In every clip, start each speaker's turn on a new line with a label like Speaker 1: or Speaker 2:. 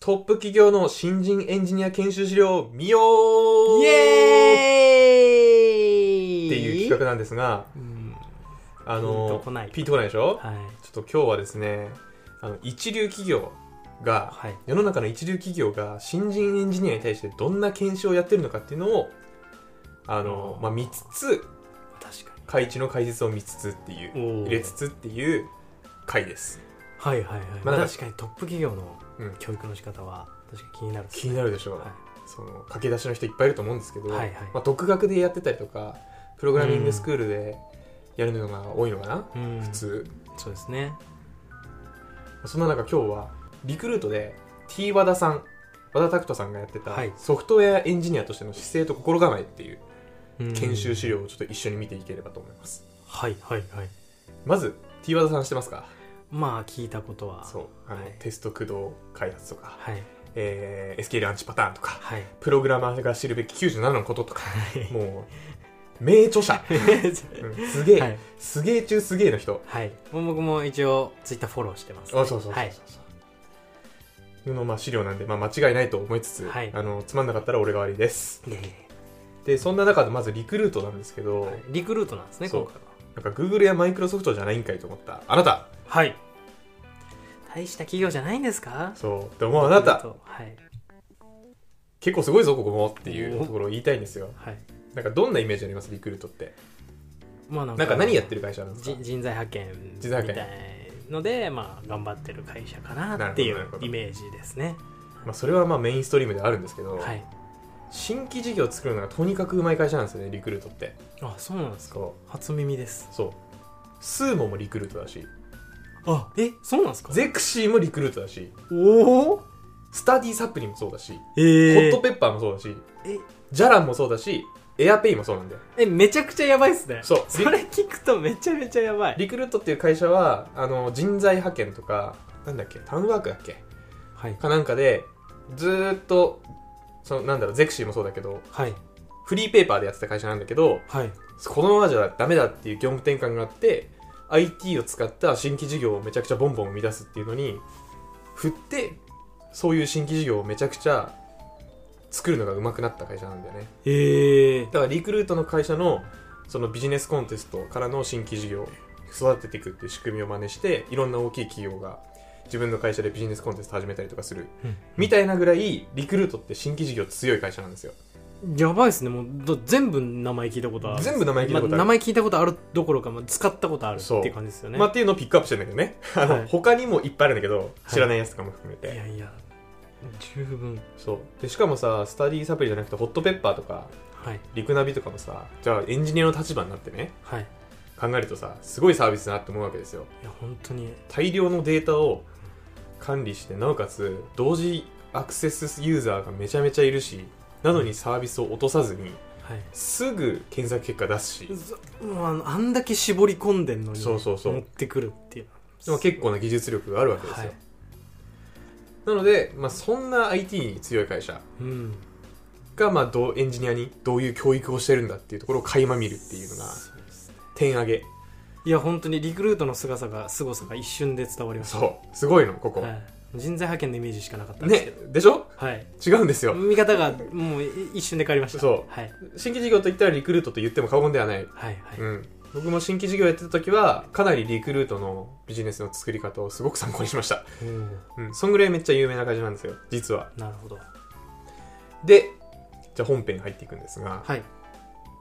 Speaker 1: トップ企業の新人エンジニア研修資料を見よう
Speaker 2: イ
Speaker 1: っ
Speaker 2: エーイ
Speaker 1: ていう企画なんですが、
Speaker 2: うん
Speaker 1: あ
Speaker 2: ピン
Speaker 1: の
Speaker 2: とこない
Speaker 1: ピンとこないでしょ
Speaker 2: はい
Speaker 1: ちょっと今日はですね、あの一流企業が、
Speaker 2: はい
Speaker 1: 世の中の一流企業が新人エンジニアに対してどんな研修をやってるのかっていうのを、あの
Speaker 2: あー
Speaker 1: まあ、見つつ、
Speaker 2: 確か
Speaker 1: 開地の解説を見つつってい
Speaker 2: に
Speaker 1: う、
Speaker 2: おー
Speaker 1: 入れつつっていう回です。
Speaker 2: はいはいはい、
Speaker 1: まあなんか
Speaker 2: 確かにトップ企業の
Speaker 1: うん
Speaker 2: 教育の仕方は確かに気になるっすね
Speaker 1: 気になるでしょう、
Speaker 2: は
Speaker 1: その駆け出しの人いっぱいいると思うんですけど、
Speaker 2: はいはい
Speaker 1: まあ、独学でやってたりとかプログラミングスクールでやるのが多いのかな、
Speaker 2: いうん
Speaker 1: 普通
Speaker 2: そうですね
Speaker 1: そんな中今日はリクルートで T 和田さん和田拓人さんがやってた
Speaker 2: はい
Speaker 1: ソフトウェアエンジニアとしての姿勢と心構えっていう
Speaker 2: うん
Speaker 1: 研修資料をちょっと一緒に見ていければと思います、
Speaker 2: はいはいはい
Speaker 1: まず T 和田さん知ってますか
Speaker 2: まあ聞いたことは
Speaker 1: そうあの、
Speaker 2: はい
Speaker 1: テスト駆動開発とか、
Speaker 2: はい
Speaker 1: えー、SQL アンチパターンとか
Speaker 2: はい
Speaker 1: プログラマーが知るべき97のこととか
Speaker 2: はい
Speaker 1: もう名著 者うんすげえ、
Speaker 2: はい
Speaker 1: すげえ中すげえの人
Speaker 2: はいもう僕も一応ツイッターフォローしてます、
Speaker 1: あそうそうそうそう
Speaker 2: はい
Speaker 1: の、まあ、資料なんで、まあ、間違いないと思いつつ、
Speaker 2: はい
Speaker 1: あのつまんなかったら俺が悪いです
Speaker 2: いやいやい
Speaker 1: でそんな中でまずリクルートなんですけど、
Speaker 2: やはいリクルートなんですね
Speaker 1: そう
Speaker 2: 今回は
Speaker 1: なんか Google や Microsoft じゃないんかいと思ったあなた
Speaker 2: はい大した企業じゃないんですか
Speaker 1: そうでもあな
Speaker 2: リク
Speaker 1: た
Speaker 2: ルートはい
Speaker 1: 結構すごいぞここもっていうところを言いたいんですよ
Speaker 2: はい
Speaker 1: なんかどんなイメージありますリクルートって
Speaker 2: まあなん
Speaker 1: なんか何やってる会社なんです
Speaker 2: じ
Speaker 1: か
Speaker 2: 人材派遣み
Speaker 1: 人材
Speaker 2: たい
Speaker 1: 派遣
Speaker 2: ので、まあ、頑張ってる会社かなってい
Speaker 1: なる
Speaker 2: う
Speaker 1: ほどなるほど
Speaker 2: イメージですね。
Speaker 1: まあ、それはまあメインストリームであるんですけど、
Speaker 2: はい、
Speaker 1: 新規事業を作るのがとにかくうまい会社なんですよねリクルートって
Speaker 2: あそうなんですか
Speaker 1: そ
Speaker 2: 初耳です
Speaker 1: うそうスーモもリクルートだし
Speaker 2: あえそうなんですか
Speaker 1: ゼクシーもリクルートだし
Speaker 2: おお
Speaker 1: スタディサプリもそうだし
Speaker 2: え
Speaker 1: ホ
Speaker 2: ー、
Speaker 1: ットペッパーもそうだし、
Speaker 2: え
Speaker 1: ジャランもそうだし、エアペイもそうなんだよ。
Speaker 2: えめちゃくちゃやばいっすね
Speaker 1: そう
Speaker 2: それ聞くとめちゃめちゃやばい
Speaker 1: リクルートっていう会社は、あの、人材派遣とか、なんだっけ、タウンワークだっけ
Speaker 2: はい
Speaker 1: かなんかで、ずーっと、その、なんだろう、ゼクシーもそうだけど、
Speaker 2: はい
Speaker 1: フリーペーパーでやってた会社なんだけど、
Speaker 2: はい
Speaker 1: このままじゃダメだっていう業務転換があって、IT を使った新規事業をめちゃくちゃボンボン生み出すっていうのに、振って、そういう新規事業をめちゃくちゃ作るのが上手くなった会社なんだよね。
Speaker 2: ええ
Speaker 1: だからリクルートの会社のそのビジネスコンテストからの新規事業を育てていくっていう仕組みを真似していろんな大きい企業が自分の会社でビジネスコンテスト始めたりとかするみたいなぐらいリクルートって新規事業強い会社なんですよ
Speaker 2: やばいっすねもうど全部名前聞いたことある
Speaker 1: 全部名前聞いたことある
Speaker 2: ま名前聞いたことあるどころか、まあ、使ったことあるって
Speaker 1: そう
Speaker 2: いう感じですよね、
Speaker 1: まあ、っていうのをピックアップしてんだけどね あの、
Speaker 2: はい
Speaker 1: 他にもいっぱいあるんだけど
Speaker 2: い
Speaker 1: 知らないやつとかも含めて、
Speaker 2: いやいや十分
Speaker 1: そうでしかもさスタディサプリじゃなくてホットペッパーとか
Speaker 2: はい
Speaker 1: リクナビとかもさじゃあエンジニアの立場になってね
Speaker 2: はい
Speaker 1: 考えるとさすごいサービスだなって思うわけですよ
Speaker 2: いや本当に
Speaker 1: 大量のデータを管理してなおかつ同時アクセスユーザーがめちゃめちゃいるしなのにサービスを落とさずに
Speaker 2: はい
Speaker 1: すぐ検索結果出すし
Speaker 2: ずもうあのあんだけ絞り込んでんのに
Speaker 1: そうそうそう
Speaker 2: 持ってくるっていう
Speaker 1: でも結構な技術力があるわけです
Speaker 2: は
Speaker 1: よ、
Speaker 2: い
Speaker 1: なので、まあ、そんな IT に強い会社
Speaker 2: うん
Speaker 1: が、まあ、どうエンジニアにどういう教育をしてるんだっていうところを垣間見るっていうのが
Speaker 2: そうですね
Speaker 1: 点上げ
Speaker 2: いや本当にリクルートの凄さが凄さが一瞬で伝わりました
Speaker 1: そうすごいのここ、
Speaker 2: はい、人材派遣のイメージしかなかったんですけ
Speaker 1: ね
Speaker 2: ど、
Speaker 1: でしょ
Speaker 2: はい
Speaker 1: 違うんですよ
Speaker 2: 見方がもう一瞬で変わりました
Speaker 1: そう
Speaker 2: はい
Speaker 1: 新規事業と言ったらリクルートと言っても過言ではない
Speaker 2: はいはい、
Speaker 1: うん、僕も新規事業やってた時はかなりリクルートのビジネスの作り方をすごく参考にしました、
Speaker 2: お
Speaker 1: うん、そんぐらいめっちゃ有名な会社なんですよ実は
Speaker 2: ーなるほど
Speaker 1: でじゃあ本編入っていくんですが、
Speaker 2: はい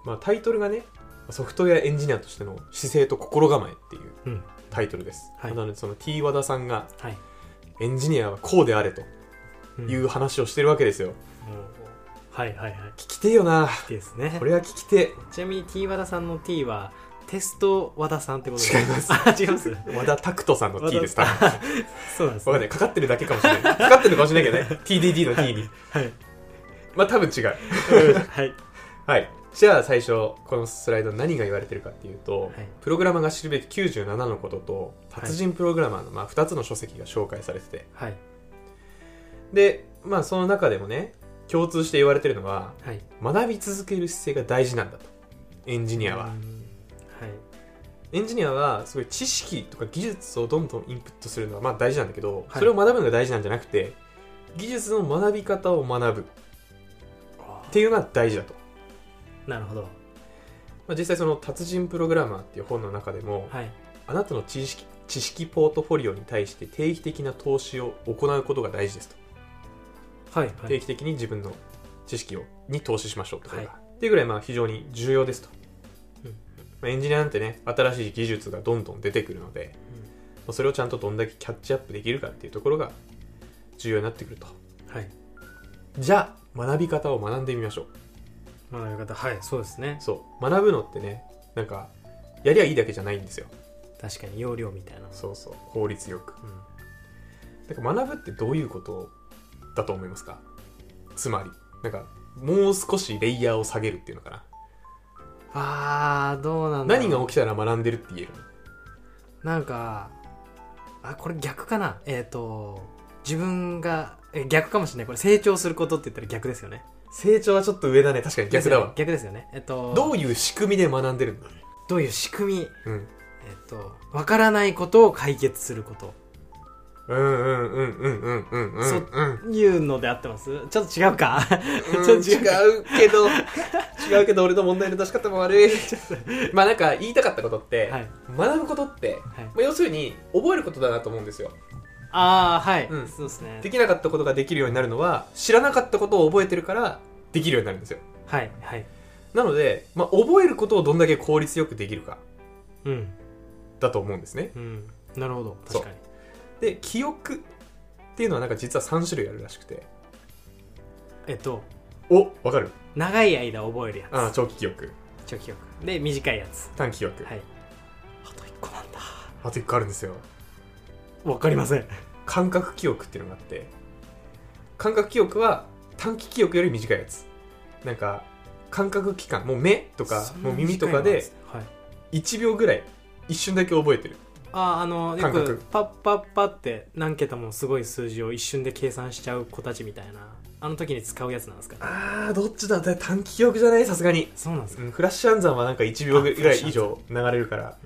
Speaker 1: まあ、タイトルがねソフトウェアエンジニアとしての姿勢と心構えっていう
Speaker 2: うん
Speaker 1: タイトルです、
Speaker 2: はい
Speaker 1: なのでその T 和田さんが
Speaker 2: はい
Speaker 1: エンジニアはこうであれと
Speaker 2: うん
Speaker 1: いう話をしてるわけですよ、
Speaker 2: もうはいはいはい
Speaker 1: 聞きてえよな
Speaker 2: ですね
Speaker 1: これは聞きて
Speaker 2: ちなみに T 和田さんの T はテスト和田さんってこと
Speaker 1: 違います
Speaker 2: あ違います
Speaker 1: え和田拓人さんの T です多
Speaker 2: 和
Speaker 1: 分
Speaker 2: 田そうなんです、
Speaker 1: わかんないかかってるだけかもしれないかかってるかもしれないけどね TDD の T に
Speaker 2: はい、
Speaker 1: まあ多分違う
Speaker 2: うんはい
Speaker 1: はい。じゃあ最初、このスライド何が言われてるかっていうと、プログラマーが知るべき97のことと、
Speaker 2: はい
Speaker 1: 達人プログラマーの、まあ、2つの書籍が紹介されてて、
Speaker 2: はい
Speaker 1: で、まあその中でもね、共通して言われてるのは、
Speaker 2: はい
Speaker 1: 学び続ける姿勢が大事なんだと。エンジニア
Speaker 2: う
Speaker 1: は。
Speaker 2: んはい
Speaker 1: エンジニアは、すごい知識とか技術をどんどんインプットするのは、まあ大事なんだけど、
Speaker 2: はい
Speaker 1: それを学ぶのが大事なんじゃなくて、技術の学び方を学ぶっていうのが大事だと、
Speaker 2: なるほど
Speaker 1: まあ、実際その「達人プログラマー」っていう本の中でも、
Speaker 2: はい
Speaker 1: あなたの知識知識ポートフォリオに対して定期的な投資を行うことが大事ですと、
Speaker 2: はいはい
Speaker 1: 定期的に自分の知識をに投資しましょうってことだ、っていうぐらいまあ非常に重要ですと、
Speaker 2: うん
Speaker 1: まあ、エンジニアなんてね新しい技術がどんどん出てくるので、
Speaker 2: うん
Speaker 1: まあそれをちゃんとどんだけキャッチアップできるかっていうところが重要になってくると
Speaker 2: はい
Speaker 1: じゃあ学び方を学んでみましょう
Speaker 2: 学び方はいそうですね
Speaker 1: そう学ぶのってねなんかやりゃいいだけじゃないんですよ
Speaker 2: 確かに要領みたいな
Speaker 1: そうそう効率よく
Speaker 2: うん
Speaker 1: だから学ぶってどういうことだと思いますかつまりなんかもう少しレイヤーを下げるっていうのかな
Speaker 2: あーどうなんだろう
Speaker 1: 何が起きたら学んでるって言える
Speaker 2: なんかあこれ逆かなえっ、と自分がえ逆かもしれないこれ成長することって言ったら逆ですよね
Speaker 1: 成長はちょっと上だね確かに逆だわ
Speaker 2: 逆ですよねえっ、と
Speaker 1: どういう仕組みで学んでるんだ
Speaker 2: どういう仕組み
Speaker 1: うん
Speaker 2: えっ、とわからないことを解決すること
Speaker 1: うんうんうんうんうんうんうん
Speaker 2: そ
Speaker 1: うん
Speaker 2: いうので合ってますちょっと違うか
Speaker 1: うん違
Speaker 2: ちょっと違うか
Speaker 1: うけど 違うけど俺の問題の出し方も悪い まあなんか言いたかったことって、
Speaker 2: はい
Speaker 1: 学ぶことって、
Speaker 2: はい
Speaker 1: まあ、要するに覚えることだなと思うんですよ
Speaker 2: ああはい、
Speaker 1: うん
Speaker 2: そうですね
Speaker 1: できなかったことができるようになるのは知らなかったことを覚えてるからできるようになるんですよ
Speaker 2: はいはい
Speaker 1: なので、まあ、覚えることをどんだけ効率よくできるか
Speaker 2: うん
Speaker 1: だと思うんですね
Speaker 2: うんなるほど
Speaker 1: そう
Speaker 2: 確かに
Speaker 1: で記憶っていうのはなんか実は3種類あるらしくて
Speaker 2: えっ、と
Speaker 1: おわかる
Speaker 2: 長い間覚えるやつ
Speaker 1: ああ長期記憶
Speaker 2: 長期記憶で短いやつ
Speaker 1: 短期記憶、
Speaker 2: はいあと1個なんだ
Speaker 1: あと1個あるんですよ
Speaker 2: わかりません
Speaker 1: 感覚記憶っていうのがあって感覚記憶は短期記憶より短いやつなんか感覚器官もう目とか
Speaker 2: そんな
Speaker 1: もう耳とかで
Speaker 2: 短いのなんすねはい
Speaker 1: 1秒ぐらい一瞬だけ覚えてる
Speaker 2: ああのよ
Speaker 1: 感覚
Speaker 2: くパッパッパって何桁もすごい数字を一瞬で計算しちゃう子たちみたいなあの時に使うやつなんですか
Speaker 1: あーどっちだって短期記憶じゃないさすがに、
Speaker 2: そうなんですか、
Speaker 1: うん、フラッシュ暗算はなんか1秒ぐ
Speaker 2: あフ
Speaker 1: ら
Speaker 2: ラッ
Speaker 1: い
Speaker 2: シュ暗
Speaker 1: 以上流れるから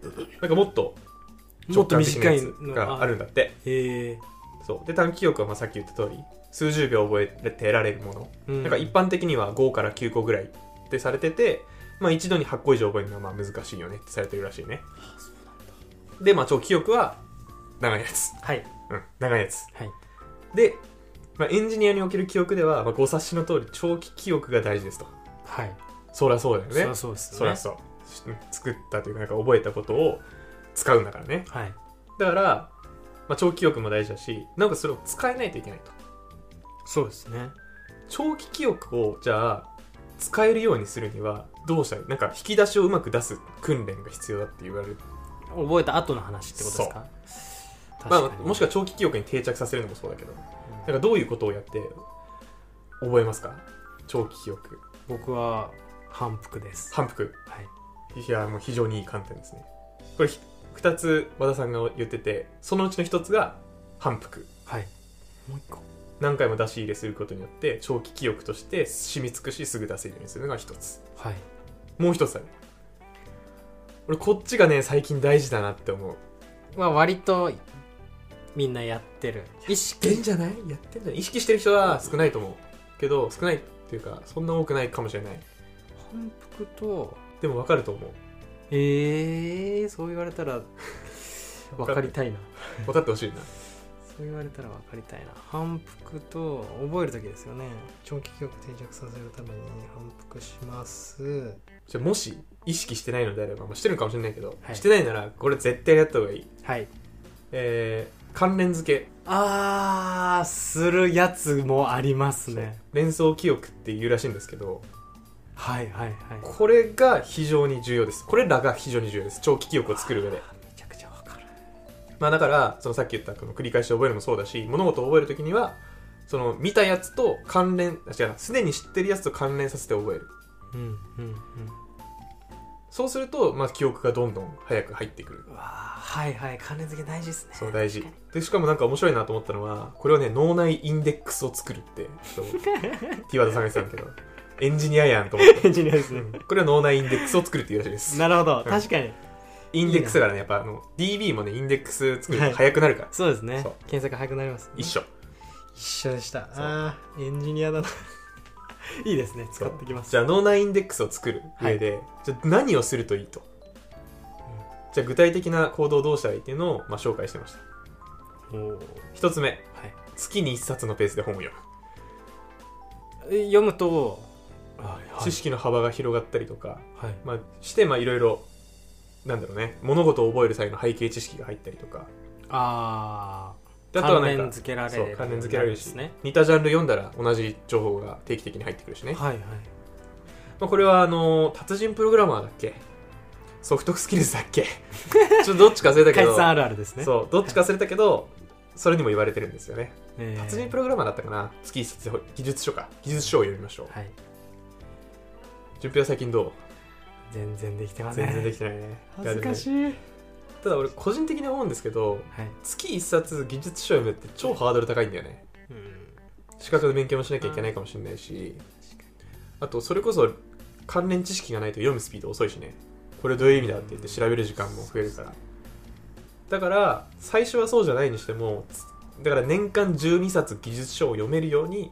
Speaker 2: うん
Speaker 1: なんかもっと
Speaker 2: も
Speaker 1: 直
Speaker 2: っと
Speaker 1: 感的な
Speaker 2: 短
Speaker 1: や
Speaker 2: い
Speaker 1: つ
Speaker 2: の
Speaker 1: があるんだって
Speaker 2: へえ
Speaker 1: そうで短期記憶はまあさっき言った通り数十秒覚えてられるもの、
Speaker 2: うん
Speaker 1: なんか一般的には5から9個ぐらいってされてて、まあ、一度に8個以上覚えるのはまあ難しいよねってされてるらしいねでまあ長期記憶は長いやつ
Speaker 2: はい
Speaker 1: うん長いやつ
Speaker 2: はい
Speaker 1: で、まあ、エンジニアにおける記憶では、まあ、ご察しの通り長期記憶が大事ですと
Speaker 2: はい
Speaker 1: そりゃそうだよね
Speaker 2: そりゃそうですよ
Speaker 1: そりゃ
Speaker 2: ね
Speaker 1: そううん作ったというかなんか覚えたことを使うんだからね
Speaker 2: はい
Speaker 1: だから、まあ、長期記憶も大事だしなんかそれを使えないといけないと
Speaker 2: そうですね
Speaker 1: 長期記憶をじゃあ使えるようにするにはどうしたらいいなんか引き出しをうまく出す訓練が必要だって言われる
Speaker 2: 覚えた後の話ってことですか確
Speaker 1: ま
Speaker 2: か
Speaker 1: あ
Speaker 2: に、
Speaker 1: もしくは長期記憶に定着させるのもそうだけどなんかどういうことをやって覚えますか長期記憶
Speaker 2: 僕は反復です
Speaker 1: 反復
Speaker 2: はい
Speaker 1: いやもう非常にいい観点ですねこれひ二つ和田さんが言っててそのうちの一つが反復
Speaker 2: はいもう一個
Speaker 1: 何回も出し入れすることによって長期記憶として染みつくしすぐ出せるようにするのが一つ
Speaker 2: はい
Speaker 1: もう一つある俺こっちがね最近大事だなって思う
Speaker 2: は割とみんなやってる意識
Speaker 1: じゃないやってんじゃない意識してる人は少ないと思うけど少ないっていうかそんな多くないかもしれない
Speaker 2: 反復と
Speaker 1: でも分かると思う
Speaker 2: えー、そう言われた ら分かりたいな
Speaker 1: 分かってほしいな
Speaker 2: そう言われたら分かりたいな反復と覚える時ですよね長期記憶定着させるために反復します
Speaker 1: じゃあもし意識してないのであれば、まあ、してるかもしれないけど、
Speaker 2: はい
Speaker 1: してないならこれ絶対やった方がいい
Speaker 2: はい
Speaker 1: えー、関連付け
Speaker 2: あーするやつもありますね
Speaker 1: 連想記憶っていうらしいんですけど
Speaker 2: はいはいはい
Speaker 1: これが非常に重要ですこれらが非常に重要です長期記憶を作る上で
Speaker 2: あーめちゃくちゃ分かる
Speaker 1: まあだからそのさっき言ったこの繰り返し覚えるのもそうだし物事を覚えるときにはその見たやつと関連あ違うなすでに知ってるやつと関連させて覚える
Speaker 2: うんうんうん
Speaker 1: そうすると、まあ、記憶がどんどん早く入ってくる
Speaker 2: うわーはいはい関連付け大事ですね
Speaker 1: そう大事
Speaker 2: 確か
Speaker 1: でしかもなんか面白いなと思ったのはこれはね脳内インデックスを作るってちょっ とティワードさんが言ってたんだけどエンジニアやんと思って
Speaker 2: にエンジニアですね
Speaker 1: これは脳内インデックスを作るっていうらしいです
Speaker 2: なるほど
Speaker 1: うん
Speaker 2: 確かに
Speaker 1: インデックスだからねやっぱあの DB もねインデックス作ると早くなるから、
Speaker 2: そうですね
Speaker 1: そう
Speaker 2: 検索早くなりますね
Speaker 1: 一緒
Speaker 2: 一緒でした
Speaker 1: そう
Speaker 2: あーエンジニアだな いいですね使ってきます
Speaker 1: じゃあ脳内インデックスを作る上で、じゃあ何をするといいと、じゃあ具体的な行動をどうしたらいいっていうのを、まあ、紹介してました
Speaker 2: おー
Speaker 1: 一つ目
Speaker 2: はい
Speaker 1: 月に一冊のペースで本を読む、
Speaker 2: え読むと
Speaker 1: 知識の幅が広がったりとか、
Speaker 2: はい
Speaker 1: まあ、してまあいろいろなんだろうね物事を覚える際の背景知識が入ったりとか
Speaker 2: あ
Speaker 1: で
Speaker 2: あ
Speaker 1: あとは
Speaker 2: 関
Speaker 1: なんか
Speaker 2: 連付けられ
Speaker 1: そう
Speaker 2: る
Speaker 1: 関連付けられるし
Speaker 2: ですね
Speaker 1: 似たジャンル読んだら同じ情報が定期的に入ってくるしね、
Speaker 2: はいはい
Speaker 1: まあ、これはあの達人プログラマーだっけソフトスキルズだっけ ちょっとどっちか忘れたけ
Speaker 2: 解
Speaker 1: ど
Speaker 2: 散あるあるですね
Speaker 1: そうどっちか忘れたけどそれにも言われてるんですよね
Speaker 2: えー
Speaker 1: 達人プログラマーだったかな月一冊技術書か技術書を読みましょう
Speaker 2: はい
Speaker 1: 順平は最近ど
Speaker 2: 全然できてま
Speaker 1: う
Speaker 2: せん
Speaker 1: 全然で きてないね
Speaker 2: 恥ずかし
Speaker 1: い
Speaker 2: い
Speaker 1: やでもただ俺個人的に思うんですけど
Speaker 2: はい
Speaker 1: 月一冊技術書読むって超ハードル高いんだよね
Speaker 2: うん
Speaker 1: 資格の勉強もしなきゃいけないかもしれないしあとそれこそ関連知識がないと読むスピード遅いしねこれどういう意味だって言って調べる時間も増えるからだから最初はそうじゃないにしてもつだから年間12冊技術書を読めるように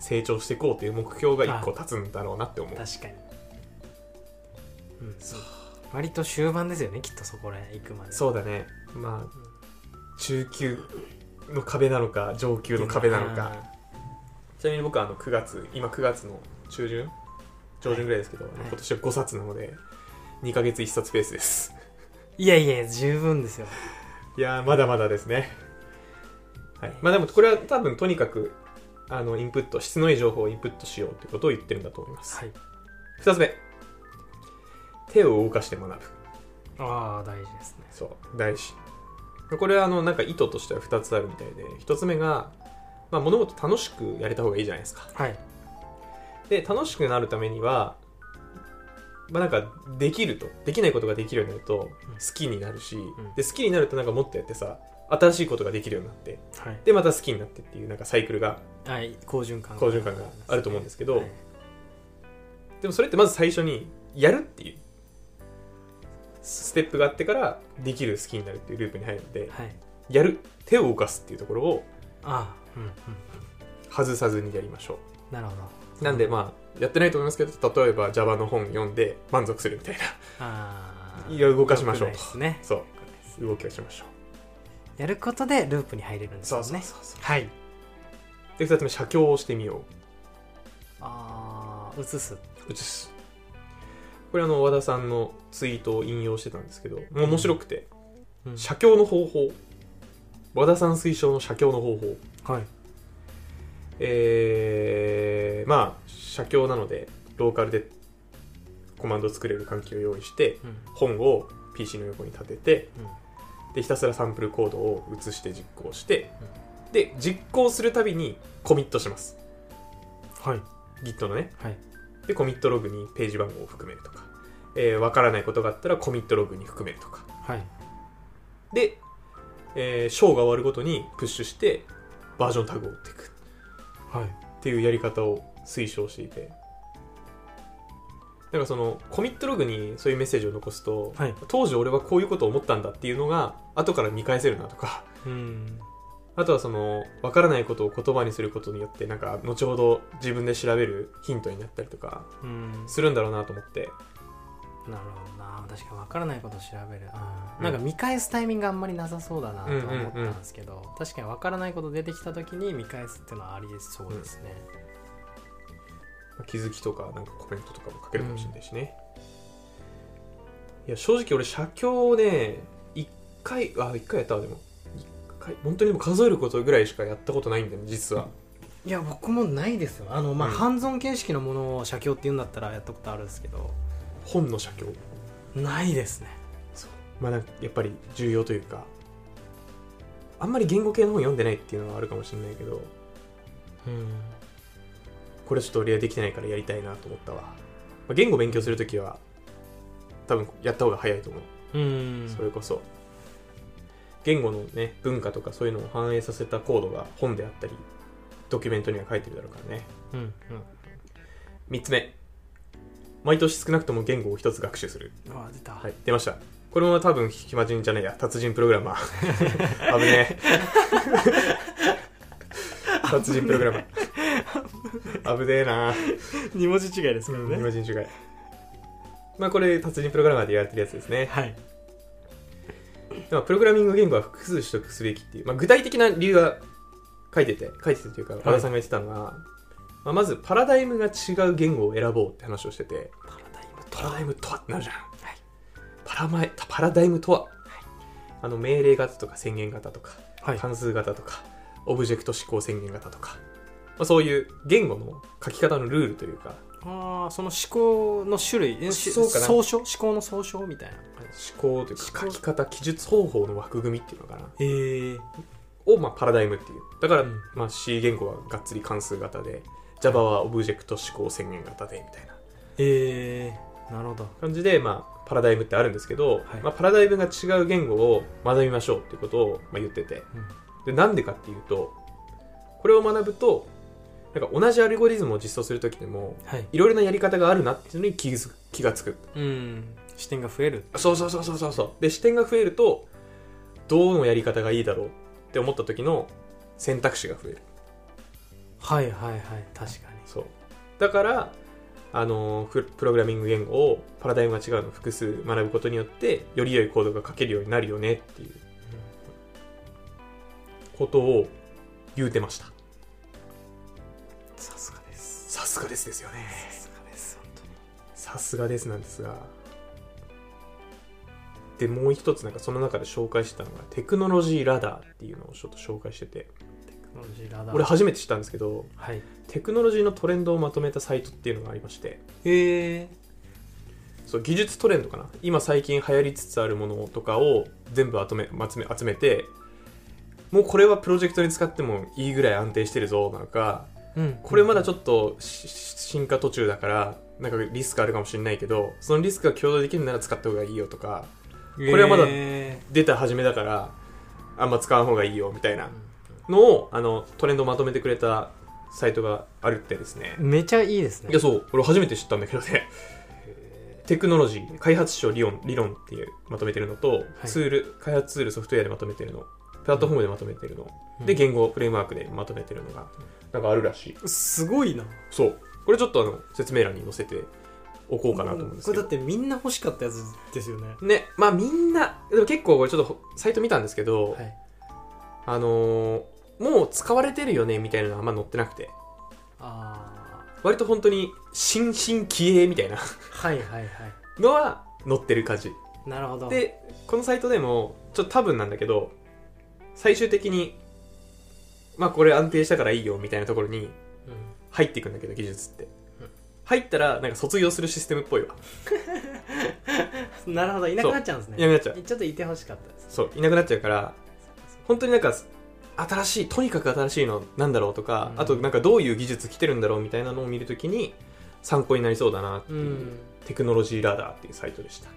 Speaker 1: 成長していこうという目標が1個立つんだろうなって思う
Speaker 2: 確かに、うん、割と終盤ですよねきっとそこらへん行くまでう
Speaker 1: そうだねまあ中級の壁なのか上級の壁なのかちなみに僕はあの9月今9月の中旬上旬ぐらいですけど、
Speaker 2: い
Speaker 1: 今年は5冊なので2ヶ月1冊ペースです
Speaker 2: いやいや十分ですよ
Speaker 1: いやーまだまだですね、はい、まあでもこれは多分とにかくあのインプット質のいい情報をインプットしようということを言ってるんだと思います、
Speaker 2: はい
Speaker 1: 2つ目手を動かして学ぶ
Speaker 2: ああ大事ですね
Speaker 1: そう大事これはあのなんか意図としては2つあるみたいで1つ目が、まあ、物事楽しくやれた方がいいじゃないですか
Speaker 2: はい
Speaker 1: で楽しくなるためにはまあなんかできるとできないことができるようになると
Speaker 2: うん
Speaker 1: 好きになるし、
Speaker 2: ん
Speaker 1: で好きになるとなんかもっとやってさ新しいことができるようになって
Speaker 2: はい
Speaker 1: でまた好きになってっていうなんかサイクルが
Speaker 2: はい好循環
Speaker 1: 好循環があると思うんですけど、
Speaker 2: はい
Speaker 1: でもそれってまず最初にやるっていうステップがあってからできる好きになるっていうループに入るので
Speaker 2: はい
Speaker 1: やる手を動かすっていうところを
Speaker 2: ああうんうん
Speaker 1: 外さずにやりましょ
Speaker 2: なるほど
Speaker 1: うなんでまあやってないと思いますけど例えば Java の本読んで満足するみたいな
Speaker 2: ああ
Speaker 1: いや動かしましょうと
Speaker 2: 良くないですね
Speaker 1: そ
Speaker 2: 良くないです
Speaker 1: う動きをしましょう
Speaker 2: やることでループに入れるんですよ
Speaker 1: う
Speaker 2: ね
Speaker 1: そう
Speaker 2: はい
Speaker 1: で2つ目写経をしてみよ
Speaker 2: ああ映す
Speaker 1: う写すこれあの和田さんのツイートを引用してたんですけどもう面白くて、
Speaker 2: うん
Speaker 1: 写経の方法和田さん推奨の写経の方法
Speaker 2: はい
Speaker 1: えー、まあ写経なのでローカルでコマンドを作れる環境を用意して
Speaker 2: うん
Speaker 1: 本を PC の横に立てて
Speaker 2: うん
Speaker 1: でひたすらサンプルコードを写して実行してで実行するたびにコミットします
Speaker 2: はい
Speaker 1: Git のね
Speaker 2: はい
Speaker 1: でコミットログにページ番号を含めるとか、えー、分からないことがあったらコミットログに含めるとか
Speaker 2: はい
Speaker 1: で、えー、章が終わるごとにプッシュしてバージョンタグを打っていく
Speaker 2: はい
Speaker 1: っていうやり方を推奨していてなんかそのコミットログにそういうメッセージを残すと、
Speaker 2: はい
Speaker 1: 当時俺はこういうことを思ったんだっていうのが後から見返せるなとか
Speaker 2: うん
Speaker 1: あとはその分からないことを言葉にすることによってなんか後ほど自分で調べるヒントになったりとか
Speaker 2: うん
Speaker 1: するんだろうなと思って
Speaker 2: なるほどな確かに分からないことを調べる、あ
Speaker 1: う
Speaker 2: ー
Speaker 1: ん
Speaker 2: なんか見返すタイミングあんまりなさそうだなとは
Speaker 1: うんうんうん
Speaker 2: 思ったんですけど、確かに分からないこと出てきた時に見返すっていうのはありそうですね、
Speaker 1: 気づきとかなんかコメントとかも書けるかもしれないしね、いや正直俺写経をね1回あ1回やったわでも一回本当にでも数えることぐらいしかやったことないんだよね実は、
Speaker 2: いや僕もないですよあのまあ、
Speaker 1: うん
Speaker 2: 半存形式のものを写経って言うんだったらやったことあるんですけど
Speaker 1: 本の写経
Speaker 2: ないですね
Speaker 1: まあなんかやっぱり重要というかあんまり言語系の本読んでないっていうのはあるかもしれないけど
Speaker 2: うん
Speaker 1: これちょっと俺はできてないからやりたいなと思ったわ、まあ、言語勉強するときは多分やった方が早いと思う
Speaker 2: うん
Speaker 1: それこそ言語のね文化とかそういうのを反映させたコードが本であったりドキュメントには書いてるだろうからね
Speaker 2: うんうん
Speaker 1: 3つ目毎年少なくとも言語を1つ学習する
Speaker 2: あ出た、
Speaker 1: はい出ましたこれも多分暇人じゃ ないや達人プログラマー危ねえ達人プログラマー危ねえな
Speaker 2: 二文字違いですけどね、
Speaker 1: 日本人違いまあこれ達人プログラマーでやられてるやつですね
Speaker 2: はい
Speaker 1: まあプログラミング言語は複数取得すべきっていう、まあ、具体的な理由が書いてて書いててというか和田さんが言ってたのが、まあ、まずパラダイムが違う言語を選ぼうって話をしてて
Speaker 2: パラダイムと
Speaker 1: パラダイムとはってなるじゃん、
Speaker 2: い
Speaker 1: パラマイパラダイムとは、あの命令型とか宣言型とか
Speaker 2: はい
Speaker 1: 関数型とかオブジェクト指向宣言型とか、まあ、そういう言語の書き方のルールというか
Speaker 2: ああその思考の種類えし
Speaker 1: そうかな
Speaker 2: 総称思考の総称みたいな
Speaker 1: 思考というか書き方記述方法の枠組みっていうのかな
Speaker 2: えー、
Speaker 1: を、まあ、パラダイムっていうだから、
Speaker 2: うん
Speaker 1: まあ、C 言語はがっつり関数型で Java はオブジェクト指向宣言型でみたいな
Speaker 2: えー、なるほど
Speaker 1: 感じで、まあ、パラダイムってあるんですけど、
Speaker 2: はい
Speaker 1: まあ、パラダイムが違う言語を学びましょうっていうことを、まあ、言ってて
Speaker 2: うん
Speaker 1: でなんでかっていうとこれを学ぶとなんか同じアルゴリズムを実装する時でも
Speaker 2: はい
Speaker 1: いろいろなやり方があるなっていうのに気づく気がつく
Speaker 2: うん視点が増える
Speaker 1: そうそうそうそうそうそうで視点が増えるとどうのやり方がいいだろうって思った時の選択肢が増える
Speaker 2: はいはいはい確かに
Speaker 1: そうだからあのフプログラミング言語をパラダイムが違うのを複数学ぶことによってより良いコードが書けるようになるよねっていうことを言うてました
Speaker 2: さすがです
Speaker 1: さすがですですよね
Speaker 2: さすがです本当に
Speaker 1: さすがですなんですがでもう一つなんかその中で紹介してたのがテクノロジーラダーっていうのをちょっと紹介してて
Speaker 2: テクノロジーラダー
Speaker 1: 俺初めて知ったんですけど
Speaker 2: はい
Speaker 1: テクノロジーのトレンドをまとめたサイトっていうのがありまして
Speaker 2: ええ
Speaker 1: そう技術トレンドかな今最近流行りつつあるものとかを全部集め集め集めてもうこれはプロジェクトに使ってもいいぐらい安定してるぞなのか
Speaker 2: うん
Speaker 1: これまだちょっとしし進化途中だからなんかリスクあるかもしれないけどそのリスクが共同できるなら使った方がいいよとか
Speaker 2: えー
Speaker 1: これはまだ
Speaker 2: うん
Speaker 1: 出た初めだからあんま使わん方がいいよみたいなのをあのトレンドをまとめてくれたサイトがあるってですね
Speaker 2: めちゃいいですね
Speaker 1: いやそう俺初めて知ったんだけどねテクノロジー開発省理論理論っていうまとめてるのと、
Speaker 2: い
Speaker 1: ツール開発ツールソフトウェアでまとめてるのプラットフォームでまとめてるの、
Speaker 2: うん
Speaker 1: で言語フレームワークでまとめてるのがなんかあるらしい
Speaker 2: すごいな
Speaker 1: そうこれちょっとあの説明欄に載せておこうかなと思うんですけ
Speaker 2: これだ
Speaker 1: ど
Speaker 2: ってみんな欲しかったやつですよね
Speaker 1: ねまあみんなでも結構これちょっとほサイト見たんですけど、
Speaker 2: はい
Speaker 1: あのーもう使われてるよねみたいなのはあんま載ってなくて
Speaker 2: あ
Speaker 1: 割と本当に新進気鋭みたいな
Speaker 2: あはいはいは
Speaker 1: のは載ってる感じ
Speaker 2: いなるほど
Speaker 1: でこのサイトでもちょっと多分なんだけど最終的にまあこれ安定したからいいよみたいなところに
Speaker 2: うん
Speaker 1: 入っていくんだけど技術って
Speaker 2: うん
Speaker 1: 入ったらなんか卒業するシステムっぽいわ
Speaker 2: なるほどいなくなっちゃうんですね
Speaker 1: いなくなっちゃう
Speaker 2: ちょっといてほしかったです
Speaker 1: そういなくなっちゃうから本当になんか新しいとにかく新しいのなんだろうとか、
Speaker 2: うん
Speaker 1: あとなんかどういう技術来てるんだろうみたいなのを見るときに参考になりそうだなって
Speaker 2: う
Speaker 1: いう、
Speaker 2: ん
Speaker 1: テクノロジーラダーっていうサイトでした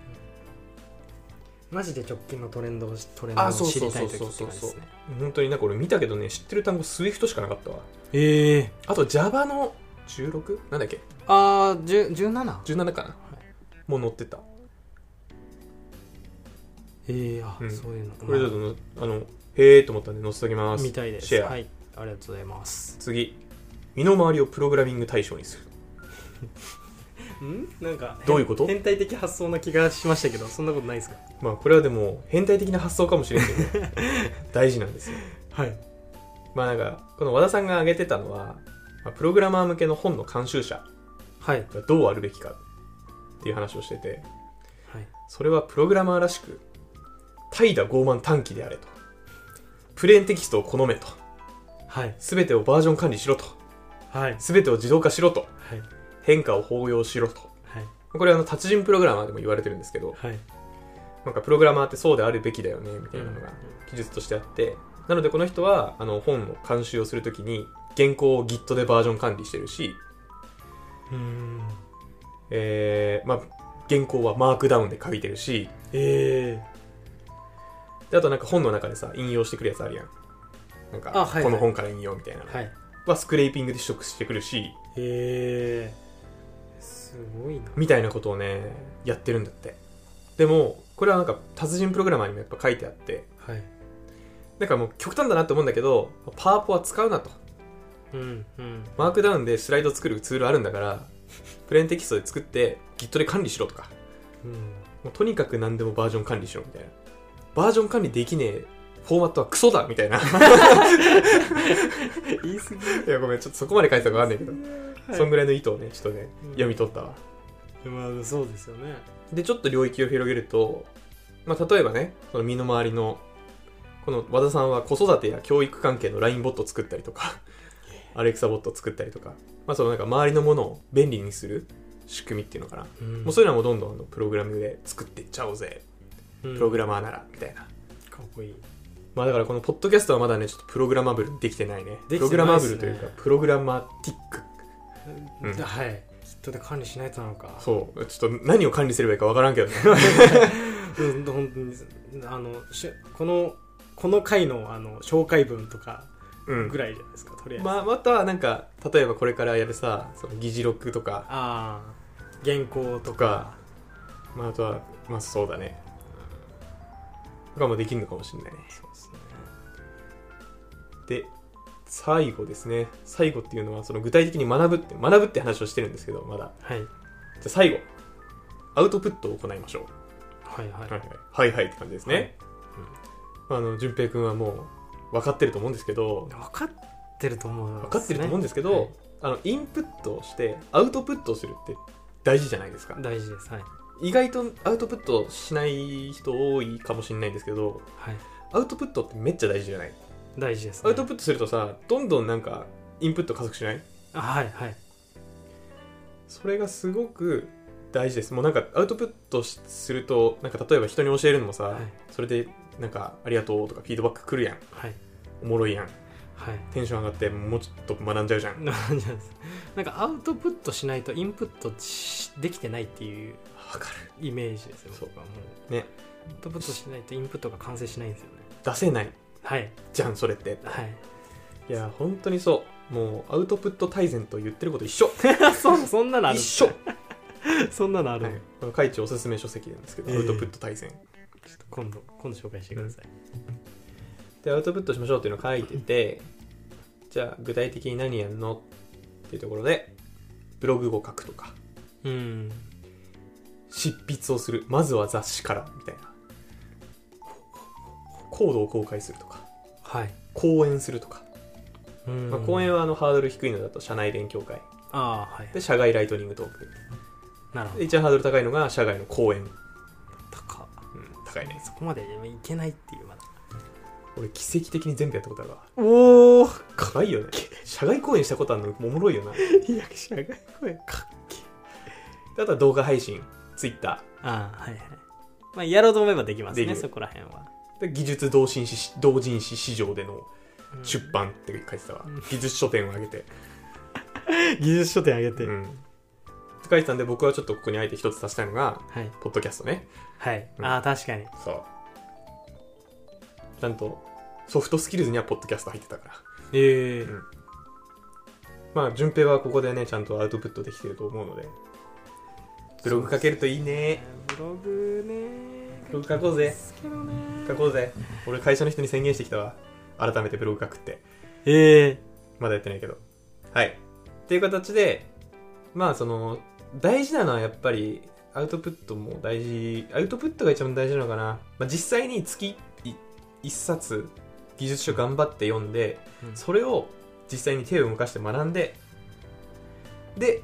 Speaker 2: マジで直近のトレンドをしトレンドを知りたい時って感じですね
Speaker 1: 本当になんか俺見たけどね知ってる単語 SWIFT しかなかったわ
Speaker 2: ええ
Speaker 1: あと Java の 16? なんだっけ
Speaker 2: ああ17
Speaker 1: 17かな、もう載ってた
Speaker 2: ええあ
Speaker 1: うん
Speaker 2: そういうの
Speaker 1: これだとのあのへえと思ったんで載せときます
Speaker 2: みたいです
Speaker 1: シェア、
Speaker 2: はいありがとうございます
Speaker 1: 次身の回りをプログラミング対象にする
Speaker 2: んなんか
Speaker 1: どういうこと
Speaker 2: 変態的発想な気がしましたけどそんなことないですか
Speaker 1: まあこれはでも変態的な発想かもしれんけど 大事なんですよ
Speaker 2: はい
Speaker 1: まあなんかこの和田さんが挙げてたのはまあプログラマー向けの本の監修者
Speaker 2: はい
Speaker 1: がどうあるべきかっていう話をしてて
Speaker 2: はい
Speaker 1: それはプログラマーらしく怠惰傲慢短期であれとプレーンテキストを好めと
Speaker 2: はい
Speaker 1: 全てをバージョン管理しろと
Speaker 2: はいはい
Speaker 1: 全てを自動化しろと変化を包容しろとこれはあの達人プログラマーでも言われてるんですけど
Speaker 2: はい
Speaker 1: なんかプログラマーってそうであるべきだよねみたいなのが記述としてあってなのでこの人はあの本の監修をするときに原稿を Git でバージョン管理してるし、
Speaker 2: うん
Speaker 1: えーまあ、原稿はマークダウンで書いてるし
Speaker 2: ええ
Speaker 1: であとなんか本の中でさ引用してくるやつあるやんなんか、
Speaker 2: あはいはい
Speaker 1: この本から引用みたいなの
Speaker 2: はい
Speaker 1: はスクレーピングで取得してくるし
Speaker 2: ええすごいな
Speaker 1: みたいなことをねやってるんだってでもこれはなんか達人プログラマーにもやっぱ書いてあって
Speaker 2: はい
Speaker 1: なんかもう極端だなって思うんだけどパワポは使うなと
Speaker 2: うんうん
Speaker 1: マークダウンでスライド作るツールあるんだからプレーンテキストで作って Git で管理しろとか
Speaker 2: うん
Speaker 1: もうとにかく何でもバージョン管理しろみたいなバージョン管理できねえフォーマットはクソだみたいな い
Speaker 2: 言い過ぎ
Speaker 1: やごめんちょっとそこまで書いてたかわかんないけど、そんぐらいの意図をねちょっとね
Speaker 2: うん
Speaker 1: 読み取ったわ
Speaker 2: まあそうですよね
Speaker 1: でちょっと領域を広げると、まあ、例えばねその身の回りのこの和田さんは子育てや教育関係の LINE ボット作ったりと かアレクサボット作ったりとか、まあ、そのなんか周りのものを便利にする仕組みっていうのかな、もうそういうのはもうどんどんあのプログラムで作ってっちゃおうぜプログ
Speaker 2: ラ
Speaker 1: ラマーならみたいな、
Speaker 2: ムかっこいい
Speaker 1: まあだからこのポッドキャストはまだねちょっとプログラマブルできてないね
Speaker 2: できてないっ
Speaker 1: プログラマブル
Speaker 2: すね
Speaker 1: というかプログラマティックうん
Speaker 2: はいきっとで管理しないとなのか
Speaker 1: そうちょっと何を管理すればいいかわからんけ どね
Speaker 2: うん本当にあのしこのこの回のあの紹介文とか
Speaker 1: うん
Speaker 2: ぐらいじゃないですか、とりあえず、
Speaker 1: まあ、またはなんか例えばこれからやるさその議事録とか
Speaker 2: ああ原稿と
Speaker 1: と
Speaker 2: か
Speaker 1: か、まあ、あとはまあそうだねとかもできるのかもしれないね
Speaker 2: そうで
Speaker 1: で
Speaker 2: すね
Speaker 1: 最後ですね最後っていうのはその具体的に学ぶって学ぶって話をしてるんですけどまだ
Speaker 2: はい
Speaker 1: じゃあ最後アウトプットを行いましょう
Speaker 2: はいはい、
Speaker 1: はいはいはいって感じですね、
Speaker 2: はい
Speaker 1: まああの順平君はもう分かってると思うんですけど
Speaker 2: 分かってると思う、
Speaker 1: 分かってると思うんですけど、
Speaker 2: はい
Speaker 1: あのインプットをしてアウトプットをするって大事じゃないですか
Speaker 2: 大事ですはい
Speaker 1: 意外とアウトプットしない人多いかもしれないんですけど
Speaker 2: はい
Speaker 1: アウトプットってめっちゃ大事じゃない、
Speaker 2: 大事です、ね、
Speaker 1: アウトプットするとさどんどんなんかインプット加速しない
Speaker 2: あはいはい
Speaker 1: それがすごく大事ですもうなんかアウトプットしするとなんか例えば人に教えるのもさ、
Speaker 2: はい
Speaker 1: それでなんか「ありがとう」とかフィードバック来るやん
Speaker 2: はい
Speaker 1: おもろいやん
Speaker 2: はい
Speaker 1: テンション上がってもうちょっと学んじゃうじゃん
Speaker 2: なんじゃないですなんかアウトプットしないとインプットしできてないっていう
Speaker 1: わかる
Speaker 2: イメージですよ
Speaker 1: そう
Speaker 2: 僕はもう
Speaker 1: ね
Speaker 2: アウトプットしないとインプットが完成しないんですよね
Speaker 1: 出せない
Speaker 2: はい
Speaker 1: じゃんそれって
Speaker 2: はい
Speaker 1: いや本当にそうもうアウトプット大全と言ってること一 緒
Speaker 2: そそんなのある
Speaker 1: 一緒、は
Speaker 2: そんなのある、
Speaker 1: い、この海地おすすめ書籍なんですけど、
Speaker 2: ええ
Speaker 1: アウトプット大全
Speaker 2: ちょっと今度今度紹介してください、
Speaker 1: でアウトプットしましょうっていうのを書いて てじゃあ具体的に何やるのっていうところでブログを書くとか
Speaker 2: うん
Speaker 1: 執筆をするまずは雑誌からみたいなコードを公開するとか
Speaker 2: はい、
Speaker 1: 講演するとか、
Speaker 2: うん
Speaker 1: まあ、講演はあのハードル低いのだと社内勉強会
Speaker 2: ああはい
Speaker 1: で社外ライトニングトーク
Speaker 2: なるほ
Speaker 1: で
Speaker 2: ど
Speaker 1: 一番ハードル高いのが社外の講演、うん、
Speaker 2: 高
Speaker 1: 高いね
Speaker 2: そこまでいけないっていうまだ
Speaker 1: 俺奇跡的に全部やったことあるわ
Speaker 2: おお
Speaker 1: やばいよね社外講演したことあるのおもろいよない
Speaker 2: 役者が声かっけ
Speaker 1: あとは動画配信ツイッタ
Speaker 2: ああはいはいまあやろうと思えばできます
Speaker 1: で
Speaker 2: ね
Speaker 1: きる
Speaker 2: そこら辺は
Speaker 1: ーで技術同人誌同人誌市場での出版って書いてたわ、
Speaker 2: うん
Speaker 1: 技術書店を挙げて、
Speaker 2: 技術書店あげて、
Speaker 1: うん、って書いてたんで僕はちょっとここにあえて一つ足したいのが
Speaker 2: はい
Speaker 1: ポッドキャストね
Speaker 2: はい、
Speaker 1: うん
Speaker 2: ああ確かに
Speaker 1: そうちゃんとソフトスキルズにはポッドキャスト入ってたから
Speaker 2: ええ
Speaker 1: うんまあ順平はここでねちゃんとアウトプットできてると思うのでブログ書けるといいね
Speaker 2: ブログね
Speaker 1: ブログ書こうぜ
Speaker 2: ですけどね
Speaker 1: 書こうぜ俺会社の人に宣言してきたわ改めてブログ書くって
Speaker 2: ええ
Speaker 1: まだやってないけどはいっていう形でまあその大事なのはやっぱりアウトプットも大事アウトプットが一番大事なのかな、まあ、実際に月1冊技術書頑張って読んでそれを実際に手を動かして学んでで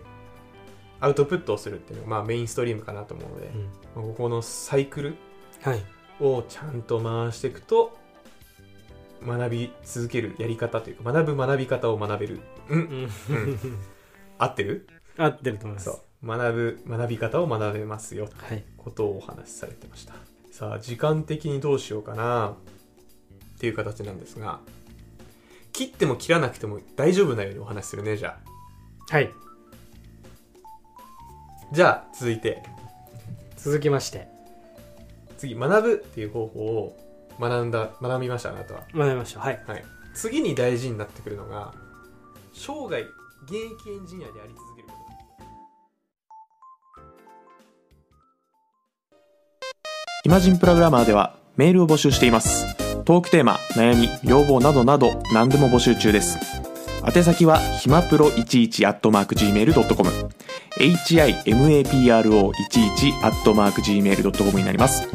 Speaker 1: アウトプットをするっていうのが、まあ、メインストリームかなと思うので、
Speaker 2: うん
Speaker 1: まあここのサイクル
Speaker 2: はい
Speaker 1: をちゃんと回していくと学び続けるやり方というか学ぶ学び方を学べるうん合ってる
Speaker 2: 合ってると思います
Speaker 1: う学ぶ学び方を学べますよと
Speaker 2: はい
Speaker 1: いうことをお話しされてましたさあ時間的にどうしようかなっていう形なんですが切っても切らなくても大丈夫なようにお話しするねじゃあ
Speaker 2: はい
Speaker 1: じゃあ続いて
Speaker 2: 続きまして
Speaker 1: 次学ぶっていう方法を学んだ学びましたあなたは
Speaker 2: 学びましょうはい
Speaker 1: はい、次に大事になってくるのが生涯現役エンジニアであり続けること
Speaker 3: イマジンプログラマーではメールを募集していますトークテーマ悩み要望などなど何でも募集中です
Speaker 4: 宛先はひまプロ11 at mark gmail.com himapro11 at mark gmail.com になります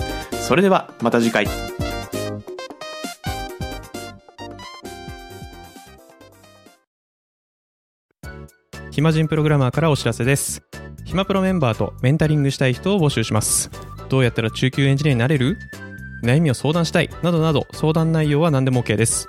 Speaker 4: それではまた次回
Speaker 1: 暇人プログラマーからお知らせです暇プロメンバーとメンタリングしたい人を募集しますどうやったら中級エンジニアになれる悩みを相談したいなどなど相談内容は何でも OK です